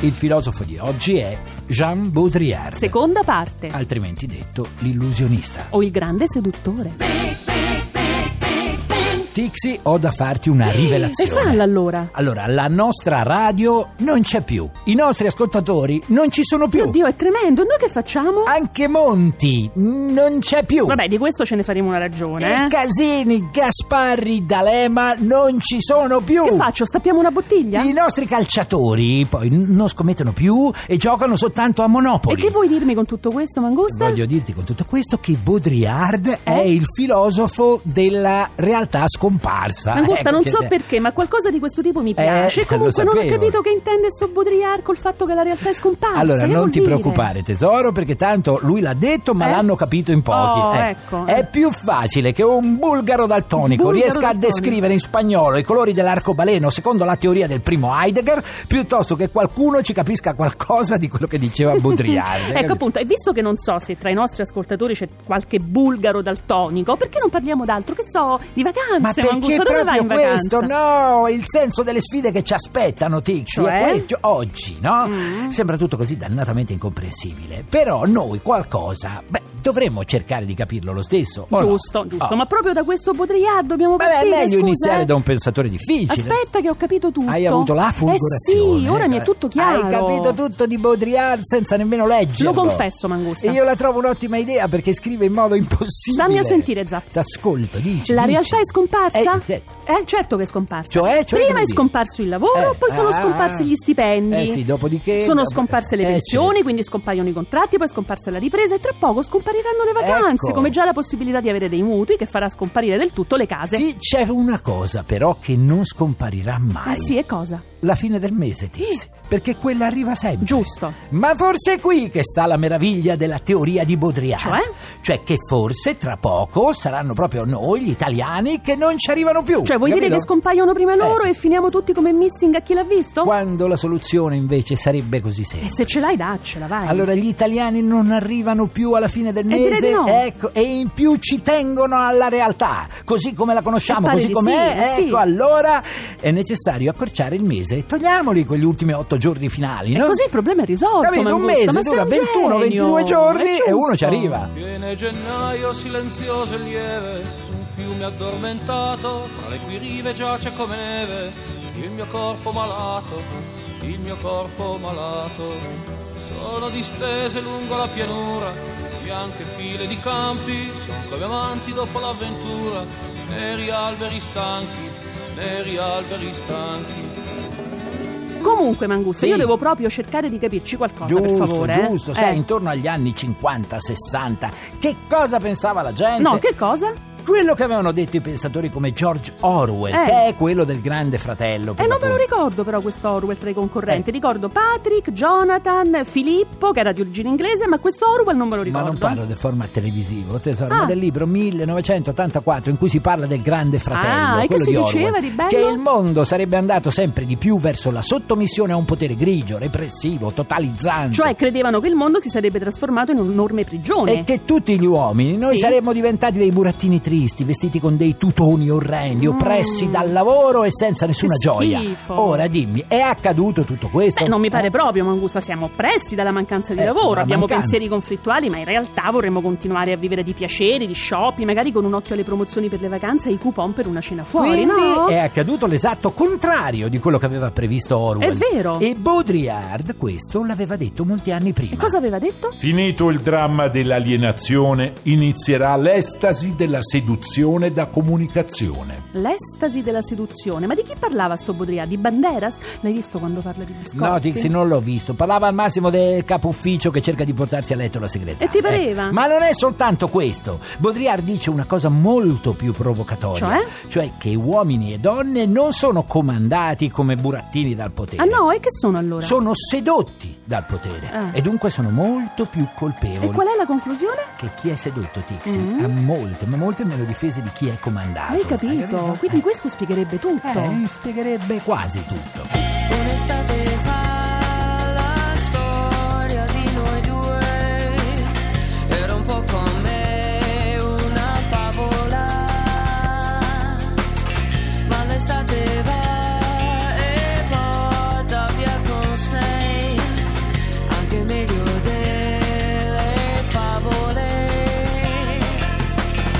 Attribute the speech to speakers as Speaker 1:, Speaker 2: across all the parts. Speaker 1: Il filosofo di oggi è Jean Baudrillard,
Speaker 2: Seconda parte.
Speaker 1: altrimenti detto l'illusionista.
Speaker 2: O il grande seduttore.
Speaker 1: Tixi, ho da farti una
Speaker 2: E
Speaker 1: rivelazione.
Speaker 2: falla allora.
Speaker 1: Allora, la nostra radio non c'è più. I nostri ascoltatori non ci sono più.
Speaker 2: Oddio, è tremendo. Noi che facciamo?
Speaker 1: Anche Monti non c'è più.
Speaker 2: Vabbè, di questo ce ne faremo una ragione.
Speaker 1: E
Speaker 2: eh.
Speaker 1: Casini, Gasparri, D'Alema non ci sono più.
Speaker 2: Che faccio? Stappiamo una bottiglia?
Speaker 1: I nostri calciatori poi n- non scommettono più e giocano soltanto a
Speaker 2: E
Speaker 1: Monopoli.
Speaker 2: che vuoi dirmi con tutto questo, Mangusta?
Speaker 1: Voglio dirti con tutto questo che Baudrillard è
Speaker 2: Eh?
Speaker 1: il filosofo della realtà scomparsa.
Speaker 2: Mangusta,
Speaker 1: Ecco
Speaker 2: non
Speaker 1: che
Speaker 2: so
Speaker 1: te- Eh,
Speaker 2: perché, ma qualcosa di questo tipo mi piace.
Speaker 1: lo
Speaker 2: Comunque non ho
Speaker 1: sapevo.
Speaker 2: capito che intende sto Baudrillard col fatto che la realtà è scomparsa.
Speaker 1: Allora,
Speaker 2: Che
Speaker 1: non
Speaker 2: vuol
Speaker 1: ti
Speaker 2: dire?
Speaker 1: preoccupare, tesoro, perché tanto lui l'ha detto, ma
Speaker 2: Eh?
Speaker 1: l'hanno capito in pochi.
Speaker 2: Oh,
Speaker 1: Eh,
Speaker 2: ecco.
Speaker 1: È più facile che un bulgaro daltonico
Speaker 2: Bulgaro
Speaker 1: riesca a
Speaker 2: daltonico.
Speaker 1: descrivere in spagnolo i colori dell'arcobaleno secondo la teoria del primo Heidegger, piuttosto che qualcuno ci capisca qualcosa di quello che diceva Baudrillard. hai
Speaker 2: Ecco
Speaker 1: capito?
Speaker 2: appunto, e visto che non so se tra i nostri ascoltatori c'è qualche bulgaro daltonico, perché non parliamo d'altro? Che so, di vacanze,
Speaker 1: Ma perché
Speaker 2: Mangusta, dove
Speaker 1: proprio
Speaker 2: vai in vacanza?
Speaker 1: questo? No, il senso delle sfide che ci aspettano, Tixi,
Speaker 2: Cioè?
Speaker 1: è questo oggi, no?
Speaker 2: Mm.
Speaker 1: Sembra tutto così dannatamente incomprensibile, però noi qualcosa, beh, dovremmo cercare di capirlo lo stesso. o no?
Speaker 2: Giusto, giusto,
Speaker 1: Oh.
Speaker 2: ma proprio da questo Baudrillard dobbiamo
Speaker 1: Vabbè, è
Speaker 2: partire,
Speaker 1: meglio
Speaker 2: scusa,
Speaker 1: iniziare
Speaker 2: eh.
Speaker 1: da un pensatore difficile.
Speaker 2: Aspetta che ho capito tutto.
Speaker 1: Hai avuto la fulgurazione.
Speaker 2: Eh sì, ora mi è tutto chiaro.
Speaker 1: Hai capito tutto di Baudrillard senza nemmeno leggerlo.
Speaker 2: Lo confesso, Mangusta.
Speaker 1: E io la trovo un'ottima idea perché scrive in modo impossibile.
Speaker 2: Stammi a sentire, Zap.
Speaker 1: T'ascolto, dici.
Speaker 2: La
Speaker 1: dici.
Speaker 2: realtà è scomparsa?
Speaker 1: Eh, certo.
Speaker 2: Eh, certo che è scomparsa.
Speaker 1: Cioè, cioè,
Speaker 2: Prima
Speaker 1: come
Speaker 2: è
Speaker 1: dire?
Speaker 2: scomparso il lavoro,
Speaker 1: Eh,
Speaker 2: poi sono
Speaker 1: ah,
Speaker 2: scomparsi gli stipendi.
Speaker 1: eh sì, dopodiché-
Speaker 2: Sono
Speaker 1: dopo-
Speaker 2: scomparse le
Speaker 1: eh,
Speaker 2: pensioni,
Speaker 1: certo.
Speaker 2: quindi scompaiono i contratti, poi è scomparsa la ripresa e tra poco scompariranno le vacanze,
Speaker 1: Ecco.
Speaker 2: come già la possibilità di avere dei mutui che farà scomparire del tutto le case.
Speaker 1: Sì, c'è una cosa però che non scomparirà mai.
Speaker 2: Ah sì, e cosa?
Speaker 1: La fine del mese, Tizi. Perché quella arriva sempre.
Speaker 2: Giusto.
Speaker 1: Ma forse è qui che sta la meraviglia della teoria di Baudrillard.
Speaker 2: Cioè?
Speaker 1: Cioè che forse tra poco saranno proprio noi, gli italiani, che non ci arrivano più.
Speaker 2: Cioè, vuoi dire
Speaker 1: capito?
Speaker 2: che scompaiono prima loro
Speaker 1: Eh.
Speaker 2: e finiamo tutti come missing a chi l'ha visto?
Speaker 1: Quando la soluzione invece sarebbe così
Speaker 2: E
Speaker 1: semplice.
Speaker 2: se ce l'hai, daccela, vai.
Speaker 1: Allora gli italiani non arrivano più alla fine del
Speaker 2: Eh, direi
Speaker 1: mese,
Speaker 2: di no.
Speaker 1: ecco, e in più ci tengono alla realtà, così come la conosciamo,
Speaker 2: Eh, pare
Speaker 1: così
Speaker 2: di
Speaker 1: com'è,
Speaker 2: sì, eh,
Speaker 1: ecco,
Speaker 2: sì.
Speaker 1: allora è necessario accorciare il mese, togliamoli quegli ultimi otto giorni finali,
Speaker 2: e
Speaker 1: no?
Speaker 2: così il problema è risolto.
Speaker 1: Capito? Un
Speaker 2: Mangusta,
Speaker 1: mese
Speaker 2: ma sei
Speaker 1: dura
Speaker 2: un genio.
Speaker 1: 21, 22 giorni
Speaker 2: È
Speaker 1: e uno ci
Speaker 2: giusto.
Speaker 1: arriva.
Speaker 3: Viene gennaio silenzioso e lieve, un fiume addormentato, fra le cui rive giace come neve, il mio corpo malato, il mio corpo malato. Sono distese lungo la pianura, bianche file di campi, sono come amanti dopo l'avventura, neri alberi stanchi, neri alberi stanchi.
Speaker 2: Comunque, Mangusta,
Speaker 1: Sì.
Speaker 2: io devo proprio cercare di capirci qualcosa, per
Speaker 1: Giusto,
Speaker 2: favore. eh.
Speaker 1: giusto, sai,
Speaker 2: Eh.
Speaker 1: intorno agli anni 50-60, che cosa pensava la gente?
Speaker 2: No, che cosa?
Speaker 1: Quello che avevano detto i pensatori come George Orwell,
Speaker 2: Eh.
Speaker 1: che è quello del grande fratello.
Speaker 2: E
Speaker 1: per
Speaker 2: non ve lo
Speaker 1: l'appunto.
Speaker 2: ricordo Eh, però questo Orwell tra i concorrenti.
Speaker 1: Eh.
Speaker 2: Ricordo Patrick, Jonathan, Filippo, che era di origine inglese, ma questo Orwell non me lo
Speaker 1: Ma
Speaker 2: ricordo.
Speaker 1: non parlo del format televisivo, tesoro, ma
Speaker 2: Ah.
Speaker 1: del libro 1984 in cui si parla del grande
Speaker 2: Ah,
Speaker 1: fratello.
Speaker 2: e che
Speaker 1: quello
Speaker 2: si
Speaker 1: di
Speaker 2: diceva
Speaker 1: Orwell,
Speaker 2: di bello?
Speaker 1: Che il mondo sarebbe andato sempre di più verso la sottomissione a un potere grigio, repressivo, totalizzante.
Speaker 2: Cioè, credevano che il mondo si sarebbe trasformato in un'enorme prigione.
Speaker 1: E che tutti gli uomini, noi
Speaker 2: Sì.
Speaker 1: saremmo diventati dei burattini tristi, vestiti con dei tutoni orrendi, oppressi dal lavoro e senza nessuna gioia.
Speaker 2: Mm. schifo.
Speaker 1: Ora dimmi, è accaduto tutto questo?
Speaker 2: Beh, non mi
Speaker 1: Eh?
Speaker 2: pare proprio, Mangusta, siamo oppressi dalla mancanza di
Speaker 1: Eh,
Speaker 2: lavoro,
Speaker 1: dalla
Speaker 2: abbiamo
Speaker 1: mancanza.
Speaker 2: pensieri conflittuali, ma in realtà vorremmo continuare a vivere di piaceri, di shopping, magari con un occhio alle promozioni per le vacanze e i coupon per una cena fuori,
Speaker 1: Quindi
Speaker 2: no?
Speaker 1: è accaduto l'esatto contrario di quello che aveva previsto Orwell.
Speaker 2: È vero.
Speaker 1: E Baudrillard questo l'aveva detto molti anni prima.
Speaker 2: E cosa aveva detto?
Speaker 4: Finito il dramma dell'alienazione, inizierà l'estasi della Seduzione da comunicazione.
Speaker 2: L'estasi della seduzione. Ma di chi parlava sto Baudrillard? Di Banderas? L'hai visto quando parla di biscotti?
Speaker 1: No, Tixi, non l'ho visto. Parlava al massimo del capo ufficio che cerca di portarsi a letto la segretaria. Eh,
Speaker 2: E ti pareva?
Speaker 1: Ma non è soltanto questo. Baudrillard dice una cosa molto più provocatoria.
Speaker 2: Cioè?
Speaker 1: Cioè che uomini e donne non sono comandati come burattini dal potere.
Speaker 2: Ah no, e che sono allora?
Speaker 1: Sono sedotti dal potere
Speaker 2: Ah.
Speaker 1: e dunque sono molto più
Speaker 2: E
Speaker 1: colpevoli.
Speaker 2: qual è la conclusione?
Speaker 1: Che chi è sedotto, Tixi,
Speaker 2: Mm.
Speaker 1: ha molte, ma molte meno difese di chi è comandato.
Speaker 2: Hai capito? Quindi questo spiegherebbe tutto.
Speaker 1: Eh, spiegherebbe quasi tutto.
Speaker 5: Un'estate fa la storia di noi due Era un po' come una favola Ma l'estate va e porta via con sé Anche il meglio delle favole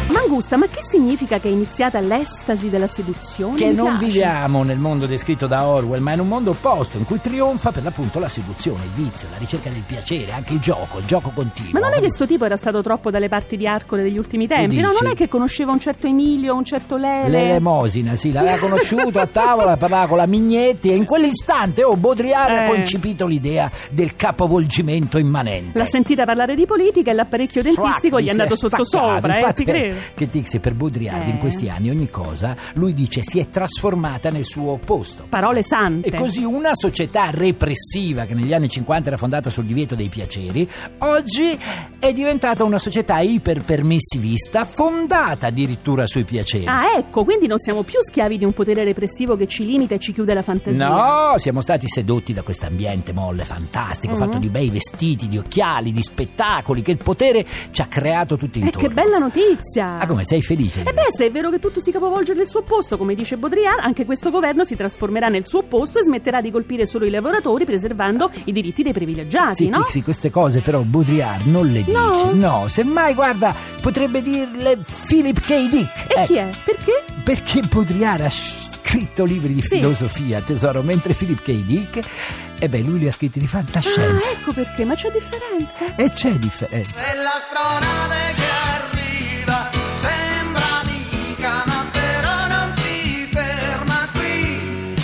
Speaker 2: Mangusta, ma che significa che è iniziata l'estasi della seduzione?
Speaker 1: Che
Speaker 2: Mi
Speaker 1: non
Speaker 2: piace.
Speaker 1: viviamo nel mondo descritto da Orwell, ma in un mondo opposto in cui trionfa per l'appunto la seduzione, il vizio, la ricerca del piacere, anche il gioco, il gioco continuo.
Speaker 2: Ma non è che sto tipo era stato troppo dalle parti di Arcore degli ultimi tempi?
Speaker 1: Tu
Speaker 2: No,
Speaker 1: dici?
Speaker 2: non è che conosceva un certo Emilio, un certo Lele.
Speaker 1: L'elemosina, sì, l'aveva conosciuto a tavola, parlava con la Mignetti e in quell'istante, oh, Baudrillard ha
Speaker 2: Eh.
Speaker 1: concepito l'idea del capovolgimento immanente.
Speaker 2: L'ha sentita parlare di politica e l'apparecchio dentistico
Speaker 1: Chuac,
Speaker 2: gli è
Speaker 1: si
Speaker 2: andato sotto
Speaker 1: Cioè, staccato.
Speaker 2: sopra, eh,
Speaker 1: Infatti,
Speaker 2: ti credo.
Speaker 1: Che Tixi per Baudrillard
Speaker 2: Eh.
Speaker 1: in questi anni ogni cosa, lui dice, si è trasformata nel suo opposto.
Speaker 2: Parole sante.
Speaker 1: E così una società repressiva che negli anni 50 era fondata sul divieto dei piaceri, oggi è diventata una società iperpermissivista fondata addirittura sui piaceri.
Speaker 2: Ah, ecco, quindi non siamo più schiavi di un potere repressivo che ci limita e ci chiude la fantasia.
Speaker 1: No, siamo stati sedotti da questo ambiente molle, fantastico,
Speaker 2: Mhm.
Speaker 1: fatto di bei vestiti, di occhiali, di spettacoli che il potere ci ha creato tutti
Speaker 2: Eh,
Speaker 1: intorno.
Speaker 2: che bella notizia!
Speaker 1: Ah, come sei felice?
Speaker 2: E beh, se è vero che tutto si capovolge nel suo posto, come dice Baudrillard, anche questo governo si trasformerà nel suo posto e smetterà di colpire solo i lavoratori preservando i diritti dei privilegiati,
Speaker 1: Sì,
Speaker 2: Ah, no?
Speaker 1: Tixi, queste cose però Baudrillard non le dice.
Speaker 2: No?
Speaker 1: no, semmai, guarda, potrebbe dirle Philip K. Dick.
Speaker 2: E
Speaker 1: Ecco.
Speaker 2: chi è? Perché?
Speaker 1: Perché Baudrillard ha scritto libri di
Speaker 2: Sì.
Speaker 1: filosofia, tesoro, mentre Philip K. Dick, eh beh, lui li ha scritti di fantascienza.
Speaker 2: Ah, eh. ecco perché, ma c'è differenza.
Speaker 1: E c'è eh, differenza.
Speaker 6: E l'astronave che arriva sembra amica ma però non si ferma qui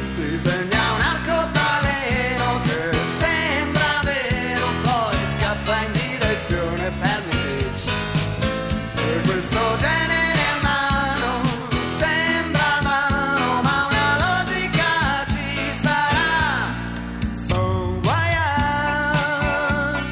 Speaker 6: Disegna un arcobaleno che sembra vero poi scappa in direzione Palm Beach E questo genere umano sembra vano ma una logica ci sarà Bon voyage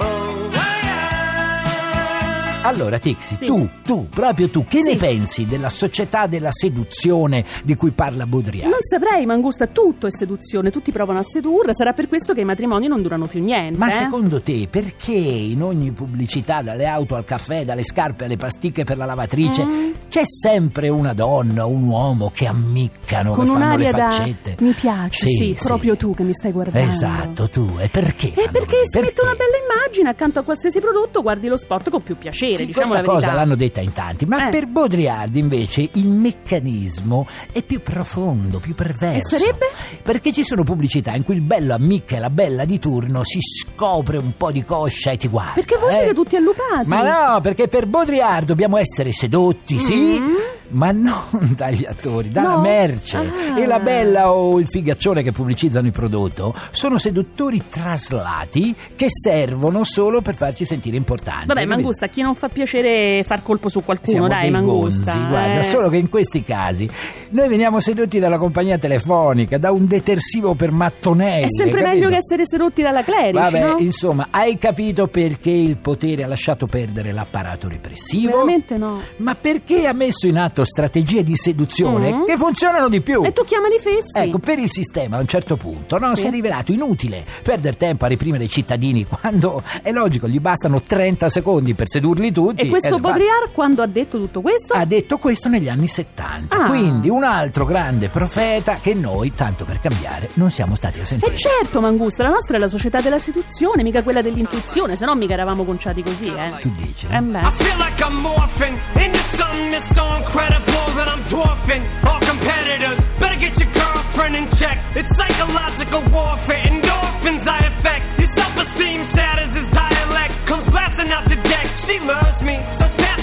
Speaker 6: Oh, yeah.
Speaker 1: Allora, Tixi,
Speaker 2: Sì.
Speaker 1: tu, tu, proprio tu, che
Speaker 2: Sì.
Speaker 1: ne pensi della società della seduzione di cui parla Baudrillard?
Speaker 2: Non saprei, Mangusta, tutto è seduzione, tutti provano a sedurre, sarà per questo che i matrimoni non durano più niente.
Speaker 1: Ma
Speaker 2: eh?
Speaker 1: secondo te perché in ogni pubblicità, dalle auto al caffè, dalle scarpe alle pasticche per la
Speaker 2: eh?
Speaker 1: lavatrice,
Speaker 2: Ah. Mm.
Speaker 1: c'è sempre una donna o un uomo che ammiccano,
Speaker 2: Con
Speaker 1: che fanno
Speaker 2: un'aria
Speaker 1: le
Speaker 2: da
Speaker 1: faccette?
Speaker 2: mi piace, sì, proprio tu che mi stai guardando.
Speaker 1: Esatto, tu. E perché?
Speaker 2: E
Speaker 1: fanno
Speaker 2: perché
Speaker 1: così?
Speaker 2: si mette una
Speaker 1: Perché?
Speaker 2: bella immagine accanto a qualsiasi prodotto, guardi lo sport con più piacere,
Speaker 1: Sì,
Speaker 2: diciamo la
Speaker 1: questa cosa
Speaker 2: verità.
Speaker 1: l'hanno detta in tanti, ma
Speaker 2: Eh.
Speaker 1: per Baudrillard invece il meccanismo è più profondo, più perverso.
Speaker 2: E sarebbe?
Speaker 1: Perché ci sono pubblicità in cui il bello ammicca e la bella di turno si scopre un po' di coscia e ti guarda.
Speaker 2: Perché voi
Speaker 1: eh.
Speaker 2: siete tutti allupati.
Speaker 1: Ma no, perché per Baudrillard dobbiamo essere sedotti, sì,
Speaker 2: Mm.
Speaker 1: ma non dagli attori, dalla
Speaker 2: No?
Speaker 1: merce.
Speaker 2: Ah.
Speaker 1: E la bella o il figaccione che pubblicizzano il prodotto sono seduttori traslati che servono solo per farci sentire importanti.
Speaker 2: Vabbè,
Speaker 1: capito?
Speaker 2: Mangusta, a chi non fa piacere far colpo su qualcuno,
Speaker 1: Siamo
Speaker 2: dai,
Speaker 1: dei
Speaker 2: Mangusta.
Speaker 1: gonzi, guarda,
Speaker 2: eh.
Speaker 1: solo che in questi casi noi veniamo sedotti dalla compagnia telefonica, da un detersivo per mattonelli.
Speaker 2: È sempre
Speaker 1: capito?
Speaker 2: meglio che essere sedotti dalla clerici,
Speaker 1: Vabbè,
Speaker 2: no?
Speaker 1: insomma, hai capito perché il potere ha lasciato perdere l'apparato repressivo?
Speaker 2: Veramente no.
Speaker 1: Ma perché ha messo in atto strategie di seduzione
Speaker 2: Mm.
Speaker 1: che funzionano di più?
Speaker 2: E tu chiamali fessi.
Speaker 1: Ecco, per il sistema a un certo punto no,
Speaker 2: Sì.
Speaker 1: si è rivelato inutile perdere tempo a reprimere i cittadini quando è logico, gli bastano 30 secondi per sedurli tutti.
Speaker 2: e questo
Speaker 1: ed va-
Speaker 2: Baudrillard, quando ha detto tutto questo,
Speaker 1: eh, ha detto questo negli anni 70.
Speaker 2: Ah.
Speaker 1: Quindi un altro grande profeta che noi, tanto per cambiare, non siamo stati a
Speaker 2: E
Speaker 1: sentire.
Speaker 2: certo, Mangusta, la nostra è la società della seduzione, mica quella dell'intuizione, se no mica eravamo conciati così, eh.
Speaker 1: Tu dici?
Speaker 2: Eh beh.
Speaker 7: I feel like I'm morphing into something that's so incredible that I'm dwarfing all competitors. Better get your girlfriend in check. It's psychological warfare, endorphins I affect. Your self-esteem shatters his dialect, comes blasting out your deck. She loves me, such passion.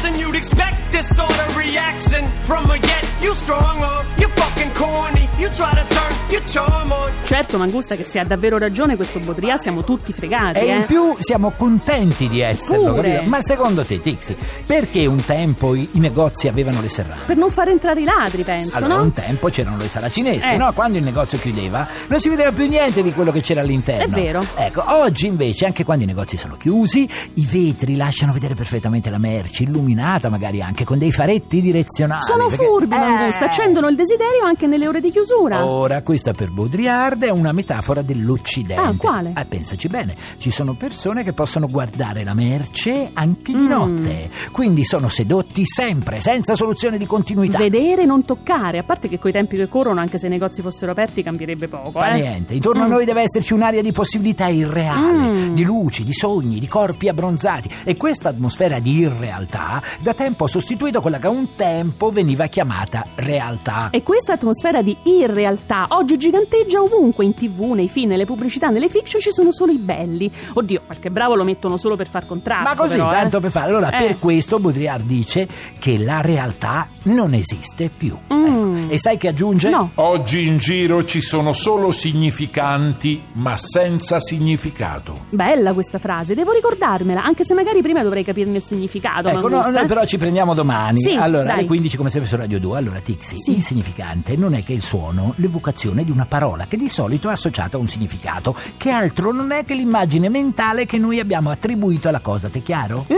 Speaker 7: from her yet. You strong arm, you fucking corny. You try to turn your charm on.
Speaker 2: Certo, Mangusta, che se ha davvero ragione questo Baudrillard siamo tutti fregati,
Speaker 1: E in
Speaker 2: eh.
Speaker 1: più siamo contenti di esserlo,
Speaker 2: Pure.
Speaker 1: capito? Ma secondo te, Tixi, perché un tempo i, i negozi avevano le serrate?
Speaker 2: Per non far entrare i ladri, penso,
Speaker 1: Allora,
Speaker 2: no?
Speaker 1: un tempo c'erano le saracinesche,
Speaker 2: Eh.
Speaker 1: no? Quando il negozio chiudeva non si vedeva più niente di quello che c'era all'interno.
Speaker 2: È vero.
Speaker 1: Ecco, oggi invece, anche quando i negozi sono chiusi, i vetri lasciano vedere perfettamente la merce, illuminata magari anche con dei faretti direzionali.
Speaker 2: Sono
Speaker 1: perché-
Speaker 2: furbi,
Speaker 1: Eh.
Speaker 2: Mangusta, accendono il desiderio anche nelle ore di chiusura.
Speaker 1: Ora, questa per Baudrillard è una metafora dell'Occidente.
Speaker 2: Ah, quale?
Speaker 1: Ah, pensaci bene, ci sono persone che possono guardare la merce anche di
Speaker 2: Mm.
Speaker 1: notte, quindi sono sedotti sempre, senza soluzione di continuità.
Speaker 2: Vedere, non toccare, a parte che coi tempi che corrono, anche se i negozi fossero aperti, cambierebbe poco,
Speaker 1: Fa
Speaker 2: eh.
Speaker 1: niente, intorno a
Speaker 2: Mm.
Speaker 1: noi deve esserci un'area di possibilità irreale,
Speaker 2: Mm.
Speaker 1: di luci, di sogni, di corpi abbronzati e questa atmosfera di irrealtà da tempo ha sostituito quella che un tempo veniva chiamata realtà.
Speaker 2: E questa atmosfera di irrealtà oggi giganteggia ovunque, in tv, nei film, nelle pubblicità, nelle fiction ci sono solo i belli. Oddio, qualche bravo lo mettono solo per far contrasto.
Speaker 1: Ma così,
Speaker 2: però, eh.
Speaker 1: tanto per fare. Allora,
Speaker 2: Eh.
Speaker 1: per questo Baudrillard dice che la realtà non esiste più.
Speaker 2: Mm.
Speaker 1: Ecco. E sai che aggiunge?
Speaker 2: No.
Speaker 4: Oggi in giro ci sono solo significanti, ma senza significato.
Speaker 2: Bella questa frase, devo ricordarmela, anche se magari prima dovrei capirne il significato.
Speaker 1: Ecco, no,
Speaker 2: Mangusta,
Speaker 1: noi
Speaker 2: eh.
Speaker 1: però ci prendiamo domani.
Speaker 2: Sì,
Speaker 1: allora,
Speaker 2: dai.
Speaker 1: alle 15 come sempre su Radio 2. Allora, Tixi,
Speaker 2: Sì.
Speaker 1: il significante non è che il suono, l'evocazione di una parola che di solito è associata a un significato, che altro non è che l'immagine mentale che noi abbiamo attribuito alla cosa, ti è chiaro?
Speaker 2: Eh?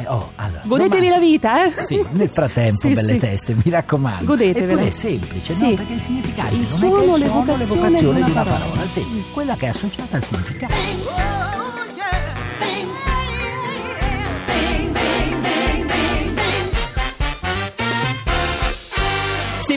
Speaker 1: Eh, oh, allora,
Speaker 2: Godetevi
Speaker 1: domani-
Speaker 2: la vita, eh?
Speaker 1: Sì, nel frattempo,
Speaker 2: Sì,
Speaker 1: belle
Speaker 2: sì.
Speaker 1: teste, mi raccomando.
Speaker 2: Godetevela.
Speaker 1: Eppure è semplice,
Speaker 2: Sì.
Speaker 1: no? Perché il significato
Speaker 2: Cioè, il
Speaker 1: non
Speaker 2: suono,
Speaker 1: è che il suono,
Speaker 2: l'evocazione
Speaker 1: l'evocazione
Speaker 2: di
Speaker 1: di
Speaker 2: una
Speaker 1: una
Speaker 2: parola.
Speaker 1: parola. Sì, quella che è associata al significato.
Speaker 2: Se